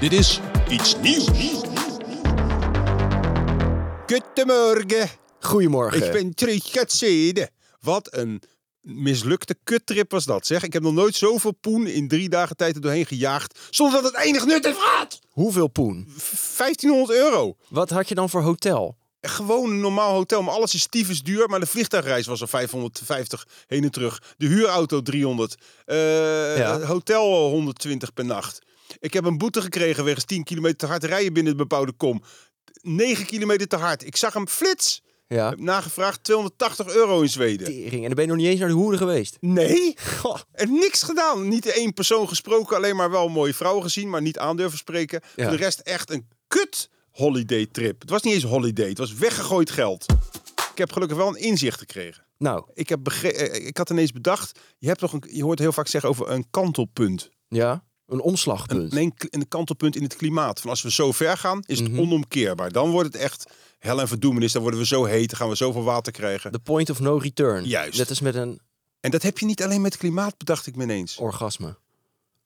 Dit is iets nieuws. Kuttemorgen. Goedemorgen. Ik ben Tricatsede. Wat een mislukte kuttrip was dat, zeg. Ik heb nog nooit zoveel poen in drie dagen tijd er doorheen gejaagd... zonder dat het enig nut heeft gehad. Hoeveel poen? 1500 euro. Wat had je dan voor hotel? Gewoon een normaal hotel, maar alles is tyfus duur. Maar de vliegtuigreis was al 550 heen en terug. De huurauto 300. Eh, Ja. Hotel al 120 per nacht. Ik heb een boete gekregen wegens 10 kilometer te hard rijden binnen de bebouwde kom. 9 kilometer te hard. Ik zag hem flits. Ja. Heb nagevraagd 280 euro in Zweden. Tering. En dan ben je nog niet eens naar de hoeren geweest. Nee, Goh. en niks gedaan. Niet één persoon gesproken, alleen maar wel mooie vrouwen gezien, maar niet aandurven spreken. Ja. Voor de rest echt een kut holiday trip. Het was niet eens holiday, het was weggegooid geld. Ik heb gelukkig wel een inzicht gekregen. Nou, Ik, heb begre- eh, ik had ineens bedacht, je, hebt toch een, je hoort heel vaak zeggen over een kantelpunt. ja. Een omslagpunt. Nee, een k- een kantelpunt in het klimaat. Van als we zo ver gaan, is het Mhm. onomkeerbaar. Dan wordt het echt hel en verdoemenis. Dan worden we zo heet, dan gaan we zoveel water krijgen. The point of no return. Juist. Net als met een En dat heb je niet alleen met klimaat, bedacht ik me Oh. ineens. orgasme.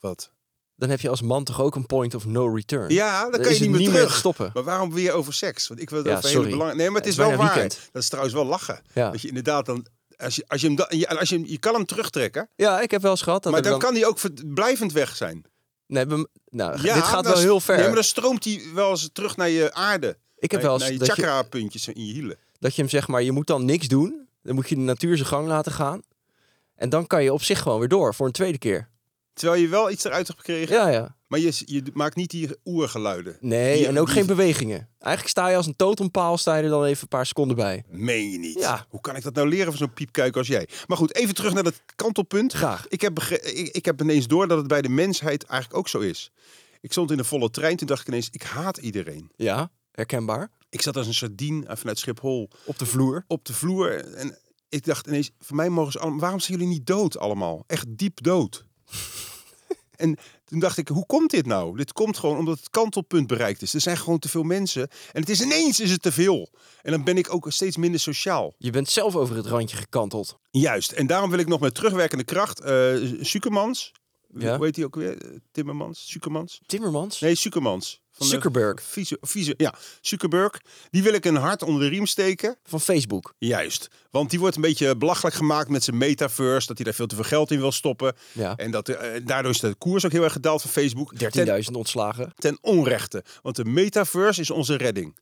Wat? Dan heb je als man toch ook een point of no return. Ja, dan Dan kan je is niet het meer niet meer terug. te stoppen. Maar waarom weer over seks? Want ik wil het Ja, over hele sorry. belangrijk. Nee, maar het Het is is wel bijna waar. weekend. Dat is trouwens wel lachen. Ja. Dat je inderdaad dan als je als je hem da- je, als je hem- je kan hem terugtrekken, Ja, ik heb wel eens gehad. Dat maar er dan, kan hij ook verd- blijvend weg zijn. Nee, we- nou, Ja, dit gaat dan wel st- heel ver. Nee, maar dan stroomt hij wel eens terug naar je aarde. ik heb Naar- wel eens naar je dat, je, chakra puntjes in je hielen. dat je hem zeg maar, je moet dan niks doen. Dan moet je de natuur zijn gang laten gaan. En dan kan je op zich gewoon weer door voor een tweede keer. Terwijl je wel iets eruit hebt gekregen, Ja, ja. maar je, je maakt niet die oergeluiden. Nee, Die- en ook die- geen bewegingen. Eigenlijk sta je als een totempaal, sta je er dan even een paar seconden bij. Meen je niet? Ja. Hoe kan ik dat nou leren van zo'n piepkuik als jij? Maar goed, even terug naar dat kantelpunt. Graag. Ik heb, begre- ik, ik heb ineens door dat het bij de mensheid eigenlijk ook zo is. Ik stond in een volle trein, toen dacht ik ineens, ik haat iedereen. Ja, herkenbaar. Ik zat als een sardine eh, vanuit Schiphol Op de vloer. op de vloer. En ik dacht ineens, voor mij mogen ze allemaal... Waarom zijn jullie niet dood allemaal? Echt diep dood. en toen dacht ik, hoe komt dit nou? Dit komt gewoon omdat het kantelpunt bereikt is. Er zijn gewoon te veel mensen. En het is ineens is het te veel. En dan ben ik ook steeds minder sociaal. Je bent zelf over het randje gekanteld. Juist, en daarom wil ik nog met terugwerkende kracht eh Sukermans. Ja. Hoe heet hij ook weer? Eh, Timmermans? Sukermans? Timmermans? Nee, Sukermans. Van de Zuckerberg vieze, vieze, ja, Zuckerberg. Die wil ik een hart onder de riem steken. van Facebook. Juist. Want die wordt een beetje belachelijk gemaakt met zijn metaverse. Dat hij daar veel te veel geld in wil stoppen. Ja. En dat, eh, daardoor is de koers ook heel erg gedaald van Facebook. 13.000 Ten, ontslagen. ten onrechte. Want de metaverse is onze redding.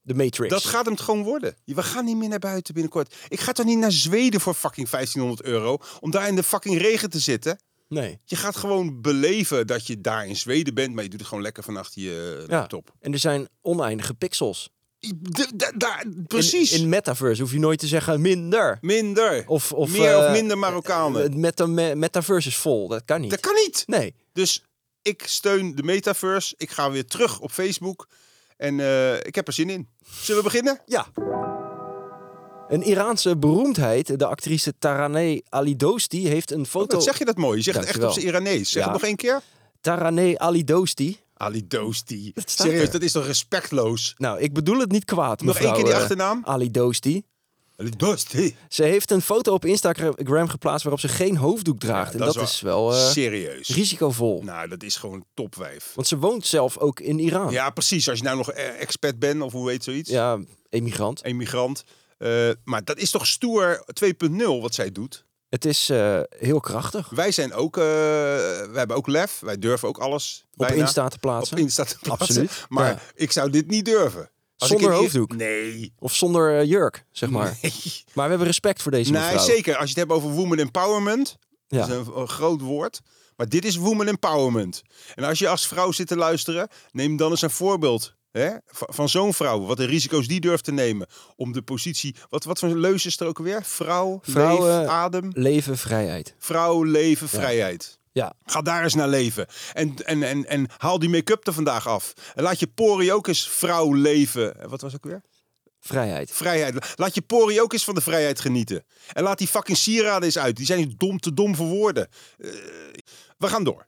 De Matrix. Dat gaat hem het gewoon worden. We gaan niet meer naar buiten binnenkort. Ik ga toch niet naar Zweden voor fucking 1500 euro. Om daar in de fucking regen te zitten. Nee. Je gaat gewoon beleven dat je daar in Zweden bent. Maar je doet het gewoon lekker vannacht je eh, Ja. laptop. En er zijn oneindige pixels. D- d- daar- In- precies. In, metaverse hoef je nooit te zeggen minder. minder. Of, of, Meer eh, of minder Marokkanen. Het meta, me- metaverse is vol. Dat kan niet. Dat kan niet. Nee. Dus ik steun de metaverse. Ik ga weer terug op Facebook. En eh, ik heb er zin in. Zullen we beginnen? Ja. Een Iraanse beroemdheid, de actrice Taraneh Alidosti, heeft een foto... Wat zeg je Oh, dat mooi? Je zegt het echt op Dankjewel. zijn Iranees. Zeg Ja. het nog één keer. Taraneh Alidosti. Ali Doosti. Dat staat Serieus, er. dat is toch respectloos? Nou, ik bedoel het niet Nog kwaad, één mevrouw, keer die eh, achternaam. Ali Dosti. Ali Doosti. Ze heeft een foto op Instagram geplaatst waarop ze geen hoofddoek draagt. Ja, en dat, dat is wel, eh, Serieus. risicovol. Nou, dat is gewoon topwijf. Want ze woont zelf ook in Iran. Ja, precies. Als je nou nog eh, expat bent of hoe heet zoiets. Ja, emigrant. Emigrant. Eh, maar dat is toch stoer 2.0 wat zij doet. Het is eh, heel krachtig. Wij zijn ook, eh wij hebben ook lef. Wij durven ook alles. Op bijna. Insta te plaatsen. Op Insta te plaatsen. Absoluut. Maar Ja. ik zou dit niet durven. Zonder ik in- hoofddoek? Nee. Of zonder eh, jurk, zeg maar. Nee, Maar we hebben respect voor deze Nee, mevrouw. zeker. Als je het hebt over woman empowerment. Ja. Dat is een, een groot woord. Maar dit is woman empowerment. En als je als vrouw zit te luisteren, neem dan eens een voorbeeld hè, van, van zo'n vrouw. Wat de risico's die durft te nemen. Om de positie. Wat, wat voor leus is er ook weer? Vrouw, Vrouw, leef, eh, adem. Leven, vrijheid. Vrouw, leven, vrijheid. Ja. Ga daar eens naar leven. En, en, en, en haal die make-up er vandaag af. En laat je pori ook eens vrouw leven. En Wat was ook weer? Vrijheid. Vrijheid. Laat je pori ook eens van de vrijheid genieten. En laat die fucking sieraden eens uit. Die zijn dom te dom voor woorden. Eh, we gaan door.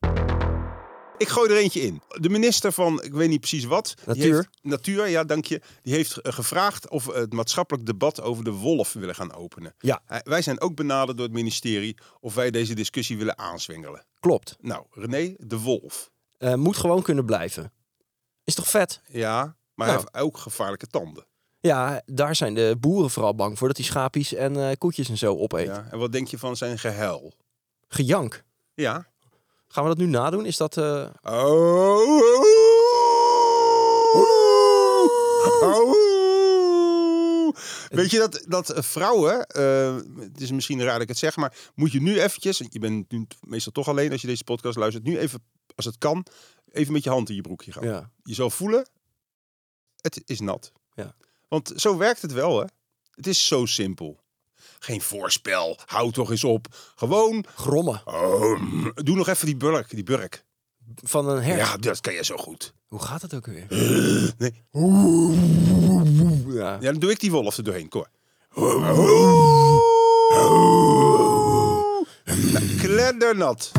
Ik gooi er eentje in. De minister van, ik weet niet precies wat. die Natuur. heeft- natuur, ja, dank je. Die heeft eh, gevraagd of we het maatschappelijk debat over de wolf willen gaan openen. Ja. Eh, Wij zijn ook benaderd door het ministerie of wij deze discussie willen aanzwengelen. Klopt. Nou, René, de wolf. Eh, moet gewoon kunnen blijven. Is toch vet? Ja, maar hij Nou. heeft ook gevaarlijke tanden. Ja, daar zijn de boeren vooral bang voor dat die schapies en eh, koetjes en zo opeten. Ja. En wat denk je van zijn gehuil? Gejank. Ja. Gaan we dat nu nadoen? Is dat. eh, Oh. Oh. Weet je dat, dat eh, vrouwen, eh, het is misschien raar dat ik het zeg, maar moet je nu eventjes, je bent nu meestal toch alleen als je deze podcast luistert, nu even, als het kan, even met je hand in je broekje gaan. ja. Je zal voelen, het is nat. Ja. Want zo werkt het wel, hè? Het is zo simpel. Geen voorspel, hou toch eens op. Gewoon, Grommen oh, mm, doe nog even die burk, die burk. van een hert. Ja, dat kan je zo goed. Hoe gaat dat ook weer? Nee. Ja. Ja, dan doe ik die wolf er doorheen, kom. Nou, Kleddernat.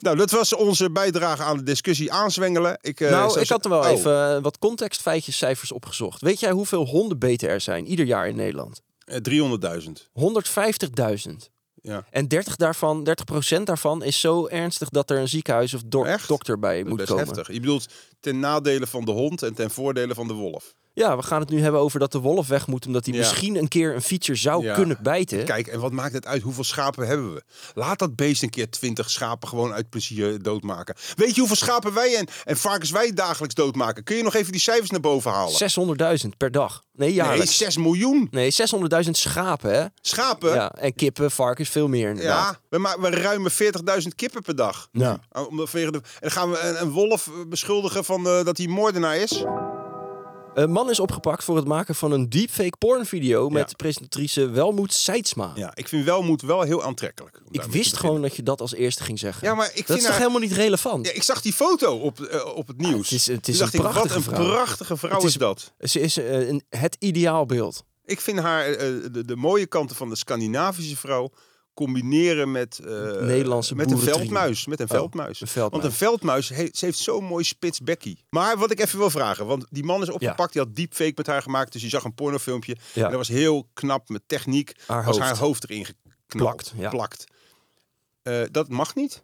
Nou, dat was onze bijdrage aan de discussie aanzwengelen. Ik, eh, nou, zou ik ze- had er wel Oh, even eh, wat contextfeitjes, cijfers opgezocht. Weet jij hoeveel hondenbeten er zijn ieder jaar in Nederland? eh, 300.000. 150.000. Ja. En 30 daarvan, 30% daarvan is zo ernstig dat er een ziekenhuis of dok- Echt? dokter bij moet Best komen. heftig. Je bedoelt ten nadele van de hond en ten voordele van de wolf. Ja, we gaan het nu hebben over dat de wolf weg moet, omdat hij Ja. misschien een keer een fietser zou Ja. kunnen bijten. Kijk, en wat maakt het uit? Hoeveel schapen hebben we? Laat dat beest een keer 20 schapen gewoon uit plezier doodmaken. Weet je hoeveel schapen wij en, en varkens wij dagelijks doodmaken? Kun je nog even die cijfers naar boven halen? 600.000 per dag. Nee, nee, jaarlijks. 6 miljoen Nee, 600.000 schapen, hè? schapen. Ja, Ja, en kippen, varkens, veel meer inderdaad. we, ma- we ruimen 40.000 kippen per dag. Ja. Ah, om- vanwege de- En dan gaan we een, een wolf eh, beschuldigen van eh, dat hij moordenaar is? Een man is opgepakt voor het maken van een deepfake pornvideo met Ja. presentatrice Welmoed Seidsma. Ja, ik vind Welmoed wel heel aantrekkelijk. om Ik daarmee te wist beginnen. gewoon dat je dat als eerste ging zeggen. Ja, maar ik dat vind is toch haar- helemaal niet relevant? Ja, ik zag die foto op, eh, op het nieuws. Ah, het is- het Toen is dacht een ik, wat prachtige een vrouw. prachtige vrouw Het is, is- dat. Ze is eh, een, het ideaalbeeld. Ik vind haar eh, de, de mooie kanten van de Scandinavische vrouw combineren met, eh, Nederlandse met een boerentrien. veldmuis. Met een Oh, veldmuis. een veldmuis. Want een veldmuis he- ze heeft zo'n mooi spits bekkie. Maar wat ik even wil vragen, want die man is opgepakt, die had deepfake met haar gemaakt, dus je zag een pornofilmpje. Ja. En dat was heel knap met techniek. Haar was hoofd. haar hoofd erin geknald. Plakt, ja. plakt. Eh, dat mag niet.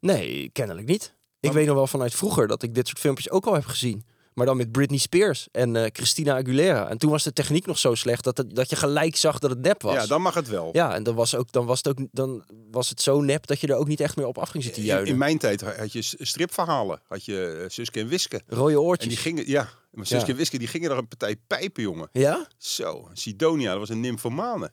Nee, kennelijk niet. Ik weet nog wel vanuit vroeger dat ik dit soort filmpjes ook al heb gezien. Maar dan met Britney Spears en eh, Christina Aguilera. En toen was de techniek nog zo slecht dat, het- dat je gelijk zag dat het nep was. Ja, dan mag het wel. Ja, en dan was, ook, dan, was het ook, dan was het zo nep dat je er ook niet echt meer op af ging zitten In, juichen. in mijn tijd had je s- stripverhalen. Had je eh, Suske en Wiske. Rode En oortjes. die gingen, ja, maar Suske Ja. en Wiske, die gingen er een partij pijpen, jongen. Ja? Zo, Sidonia, dat was een nymphomane.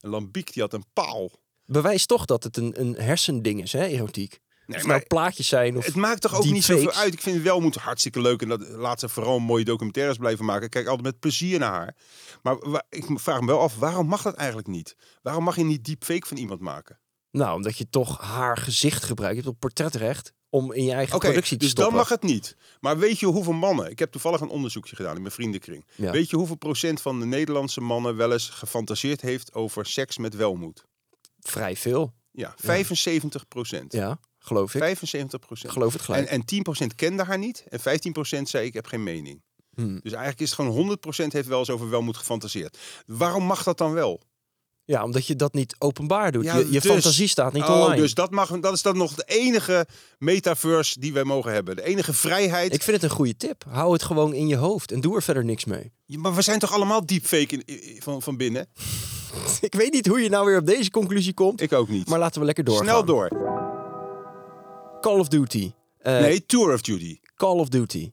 En Lambiek, die had een paal. Bewijst toch dat het een, een hersending is, hè, erotiek. Nee, of het maar- nou plaatjes zijn of... Het maakt toch ook niet Deepfakes. zoveel uit. Ik vind wel moet hartstikke leuk. En dat, laat ze vooral mooie documentaires blijven maken. Ik Kijk altijd met plezier naar haar. Maar wa- ik vraag me wel af, waarom mag dat eigenlijk niet? Waarom mag je niet deepfake van iemand maken? Nou, omdat je toch haar gezicht gebruikt. Je hebt op portretrecht om in je eigen Oké, productie te dus dan stoppen. mag het niet. Maar weet je hoeveel mannen... Ik heb toevallig een onderzoekje gedaan in mijn vriendenkring. Ja. Weet je hoeveel procent van de Nederlandse mannen... wel eens gefantaseerd heeft over seks met welmoed? Vrij veel, Ja, 75 procent. ja, geloof ik. 75 procent. Geloof het En, gelijk. en 10% kende haar niet. En 15% zei ik heb geen mening. Hmm. Dus eigenlijk is het gewoon 100% heeft wel eens over welmoed gefantaseerd. Waarom mag dat dan wel? Ja, omdat je dat niet openbaar doet. Ja, je je dus- fantasie staat niet oh, online. dus dat, mag, dat is dan nog de enige metaverse die wij mogen hebben. De enige vrijheid. Ik vind het een goede tip. Hou het gewoon in je hoofd en doe er verder niks mee. Ja, Maar we zijn toch allemaal deepfake in- in- van, van binnen? ik weet niet hoe je nou weer op deze conclusie komt. Ik ook niet. Maar laten we lekker doorgaan. Snel door. Call of Duty. Eh, Nee, Tour of Duty. Call of Duty.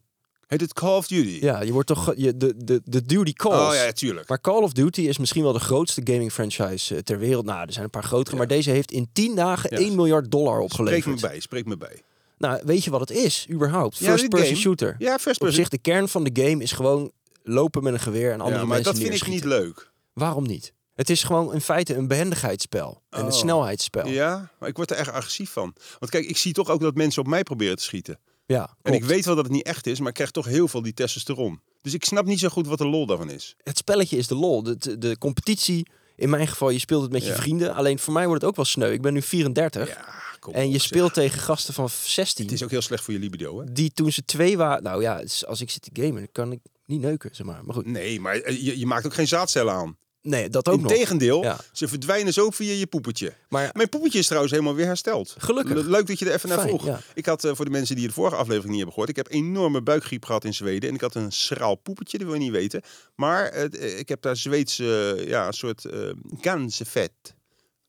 Heet het Call of Duty? Ja, je wordt toch... ge- Je, de, de, de duty calls. Oh ja, tuurlijk. Maar Call of Duty is misschien wel de grootste gaming franchise eh, ter wereld. Nou, er zijn een paar grotere, maar deze heeft in 10 dagen Ja. 1 miljard dollar Spreek me opgeleverd. bij, spreek me bij. Nou, weet je wat het is, überhaupt? Ja, First dit person game. shooter. Ja, dus- first Op person. zich, de kern van de game is gewoon lopen met een geweer en andere Ja, maar mensen dat vind ik niet neerschieten. leuk. Waarom niet? Het is gewoon in feite een behendigheidsspel en een Oh. snelheidsspel. Ja, Ja, maar ik word er echt agressief van. Want kijk, ik zie toch ook dat mensen op mij proberen te schieten. En klopt. ik weet wel dat het niet echt is, maar ik krijg toch heel veel die testosteron. Dus ik snap niet zo goed wat de lol daarvan is. Het spelletje is de lol, de, de, de competitie. In mijn geval, je speelt het met je Ja. vrienden. Alleen voor mij wordt het ook wel sneu. Ik ben nu 34 Ja, kom en op, je zeg. speelt tegen gasten van 16. Het is ook heel slecht voor je libido, hè? die toen ze twee waren. Nou ja, s- als ik zit te gamen, dan kan ik niet neuken, zeg maar. Maar goed. Nee, maar eh, je, je maakt ook geen zaadcellen aan. Nee, dat ook nog. Integendeel, Ja. ze verdwijnen zo via je poepetje. Maar Mijn poepetje is trouwens helemaal weer hersteld. Gelukkig. Le- leuk dat je er even naar Fijn, vroeg. ja. Ik had eh, voor de mensen die de vorige aflevering niet hebben gehoord, ik heb enorme buikgriep gehad in Zweden en ik had een schraal poepetje, dat wil je niet weten. Maar eh, ik heb daar Zweedse, eh, ja, een soort eh ganzenvet. Het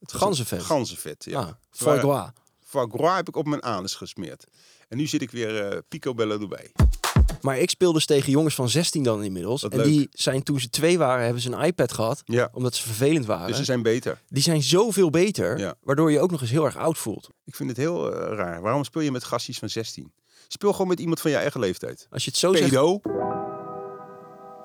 was een Ganzenvet? Ganzenvet, ja. ja, ah, Het waren- foie gras. foie gras heb ik op mijn anus gesmeerd. En nu zit ik weer eh Pico Bello erbij. Maar ik speel dus tegen jongens van 16 dan inmiddels. Wat en leuk. die zijn toen ze twee waren, hebben ze een iPad gehad. Ja. Omdat ze vervelend waren. Dus ze zijn beter. Die zijn zoveel beter, Ja. waardoor je ook nog eens heel erg oud voelt. Ik vind het heel eh, raar. Waarom speel je met gastjes van 16? Speel gewoon met iemand van je eigen leeftijd. Als je het zo zegt, Pedo?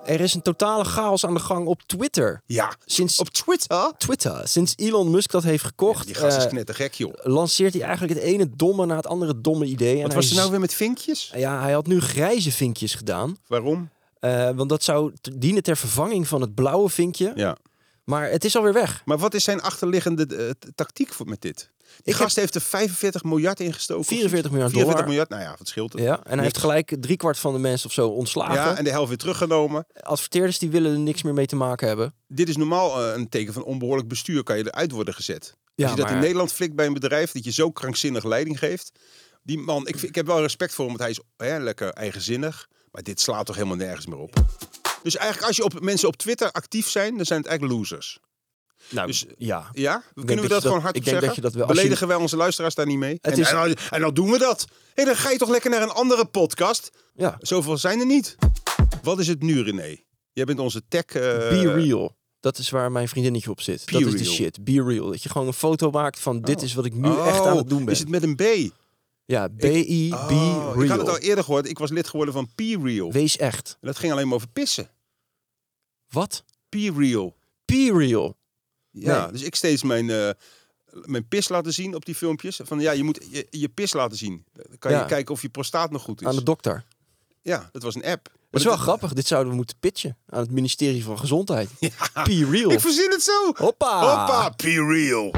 er is een totale chaos aan de gang op Twitter. Ja. Sinds Op Twitter? Twitter, sinds Elon Musk dat heeft gekocht, Die gast is eh, knettergek, joh. lanceert hij eigenlijk het ene domme na het andere domme idee. En Wat hij was er z- nou weer met vinkjes? Ja, hij had nu grijze vinkjes gedaan. Waarom? eh, want dat zou t- dienen ter vervanging van het blauwe vinkje. Ja. Maar het is alweer weg. Maar wat is zijn achterliggende eh, t- tactiek voor, met dit? Die Ik gast heeft er 45 miljard in gestoken. of 44 zoiets. miljard 44 dollar. miljard, nou ja, wat scheelt het? Ja, en hij heeft gelijk driekwart van de mensen of zo ontslagen. Ja, en de helft weer teruggenomen. Adverteerders die willen er niks meer mee te maken hebben. Dit is normaal eh, een teken van onbehoorlijk bestuur. Kan je eruit worden gezet. Ja, Als Dus je dat maar- in Nederland flikt bij een bedrijf, dat je zo krankzinnig leiding geeft. Die man, ik, ik heb wel respect voor hem, want hij is hè, lekker eigenzinnig. Maar dit slaat toch helemaal nergens meer op. Dus eigenlijk als je op, mensen op Twitter actief zijn, dan zijn het eigenlijk losers. Nou, Dus- ja. Ja? denk Kunnen dat we je dat dat- gewoon hardop ik denk zeggen? dat je dat wel- als je- Beledigen wij onze luisteraars daar niet mee? En, is- en, dan, en dan doen we dat. Hé, dan ga je toch lekker naar een andere podcast? ja. Zoveel zijn er niet. Wat is het nu, René? Jij bent onze tech... eh, Be real. Dat is waar mijn vriendinnetje op zit. Be dat is de real. shit. Be real. Dat je gewoon een foto maakt van dit is wat ik nu echt aan Oh, het doen ben. Is het met een B? Ja, B-I, Oh, be Ik had het real. al eerder gehoord. Ik was lid geworden van P-Real. Wees echt. En dat ging alleen maar over pissen. Wat? P-Real. Be real. Ja, Nee. dus ik steeds mijn, eh, mijn pis laten zien op die filmpjes. Van ja, je moet je, je pis laten zien. Dan kan Ja. je kijken of je prostaat nog goed is. Aan de dokter. Ja, Dus- dat was een app. Dat is wel Maar grappig. Dit zouden we moeten pitchen aan het ministerie van Gezondheid. Be real. Ik verzin het zo. Hoppa. Hoppa, P-Real.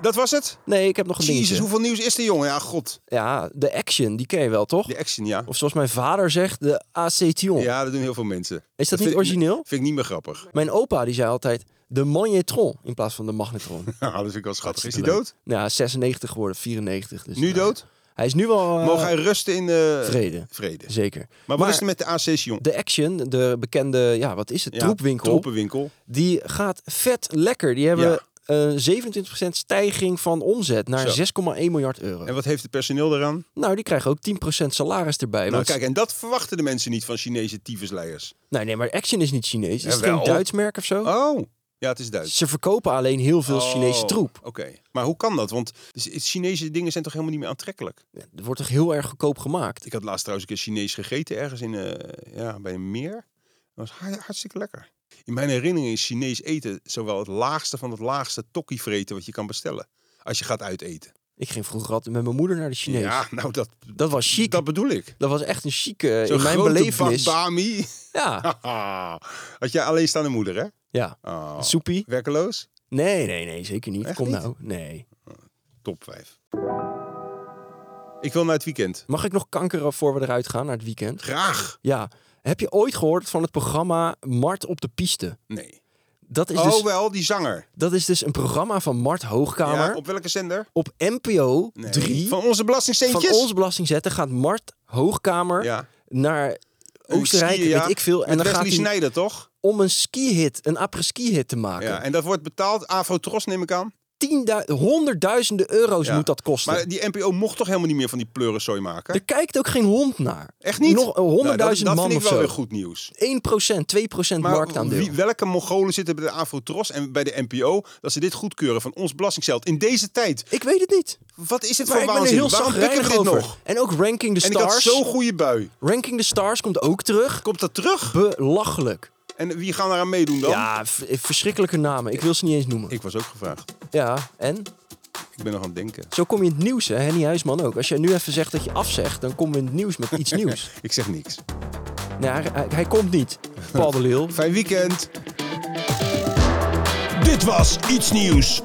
Dat was het. Nee, ik heb nog een Jezus, dingetje. hoeveel nieuws is er, jongen? Ja, god. Ja, de action, die ken je wel, toch? De action, ja. Of zoals mijn vader zegt, de acetion. Ja, dat doen heel veel mensen. Is Oh. dat niet origineel? Vind ik niet meer grappig. Mijn opa die zei altijd de magnetron in plaats van de magnetron. Ja, Ah, dat vind ik wel schattig. Is hij Leuk. dood? Nou, hij is 96 geworden, 94. Dus, Nu nou, dood? Hij is nu wel... eh, Mogen hij rusten in eh, vrede. vrede. Zeker. Maar wat is er met de AC Sion? de Action, de bekende, ja, wat is het, troepwinkel, Troepenwinkel. die gaat vet lekker. Die hebben eh 27% stijging van omzet naar Zo. 6,1 miljard euro. En wat heeft het personeel eraan? Nou, die krijgen ook 10% salaris erbij. nou, want- kijk, en dat verwachten de mensen niet van Chinese tyfusleiers. nee, nee, maar Action is niet Chinees. Is het Jawel. geen Duits merk of zo? Oh, ja, het is Duits. Ze verkopen alleen heel veel Chinese Oh, troep. Oké, maar hoe kan dat? Want de Chinese dingen zijn toch helemaal niet meer aantrekkelijk? Ja, Het wordt toch heel erg goedkoop gemaakt. Ik had laatst trouwens een keer Chinees gegeten ergens in, eh, ja, bij een meer. Dat was har- hartstikke lekker. In mijn herinnering is Chinees eten zowel het laagste van het laagste tokkie vreten wat je kan bestellen. Als je gaat uiteten. Ik ging vroeger altijd met mijn moeder naar de Chinees. Ja, nou dat, Dat was chic. dat bedoel ik. Dat was echt een chique, Zo'n in mijn grote belevenis. bak bami. Ja, Haha. Had jij alleenstaande moeder, hè? ja. Oh. soepie. Werkeloos? Nee, nee, nee, zeker niet. Echt Kom niet? nou, nee. Top 5. Ik wil naar het weekend. Mag ik nog kankeren voor we eruit gaan naar het weekend? Graag. Ja. Heb je ooit gehoord van het programma Mart op de Piste? Nee. Dat is, oh dus, wel, die zanger. dat is dus een programma van Mart Hoogkamer. Ja, op... op welke zender? NPO Nee. 3 van, Van onze belastingcentjes? ons belastingzetten gaat Mart Hoogkamer Ja. naar Een Oostenrijk, skiën, ja. weet ik veel. En Met dan gaat Wesley hij Snijder, toch? om een ski-hit, een après-ski-hit te maken. Ja, en dat wordt betaald. Afrotros neem ik aan. tiendui- honderdduizenden euro's Ja. moet dat kosten. Maar die NPO mocht toch helemaal niet meer van die pleurenzooi maken? Er kijkt ook geen hond naar. Echt niet? Nog Nou, dat- 100.000 Dat man vind ik of wel zo. weer goed nieuws. 1%, 2% Maar marktaandeel. wie- welke Mongolen zitten bij de Afrotros en bij de NPO dat ze dit goedkeuren van ons belastingceld in deze tijd? Ik weet het niet. Wat is het voor Maar ik ben er waanzin? heel Waarom pikken we zagrijnig dit over. nog? En ook Ranking the En ik had Stars. zo'n goede bui. Ranking the Stars komt ook terug. Komt dat terug? Belachelijk. En wie gaan eraan meedoen dan? Ja, v- eh, verschrikkelijke namen. Ik wil ze niet eens noemen. Ik was ook gevraagd. Ja, en? Ik ben nog aan het denken. Zo kom je in het nieuws, hè? Henny Huisman ook. Als jij nu even zegt dat je afzegt, dan komen we in het nieuws met iets nieuws. Ik zeg niks. Nee, hij, hij- hij komt niet. Paul de Leeuw. Fijn weekend. Dit was iets nieuws.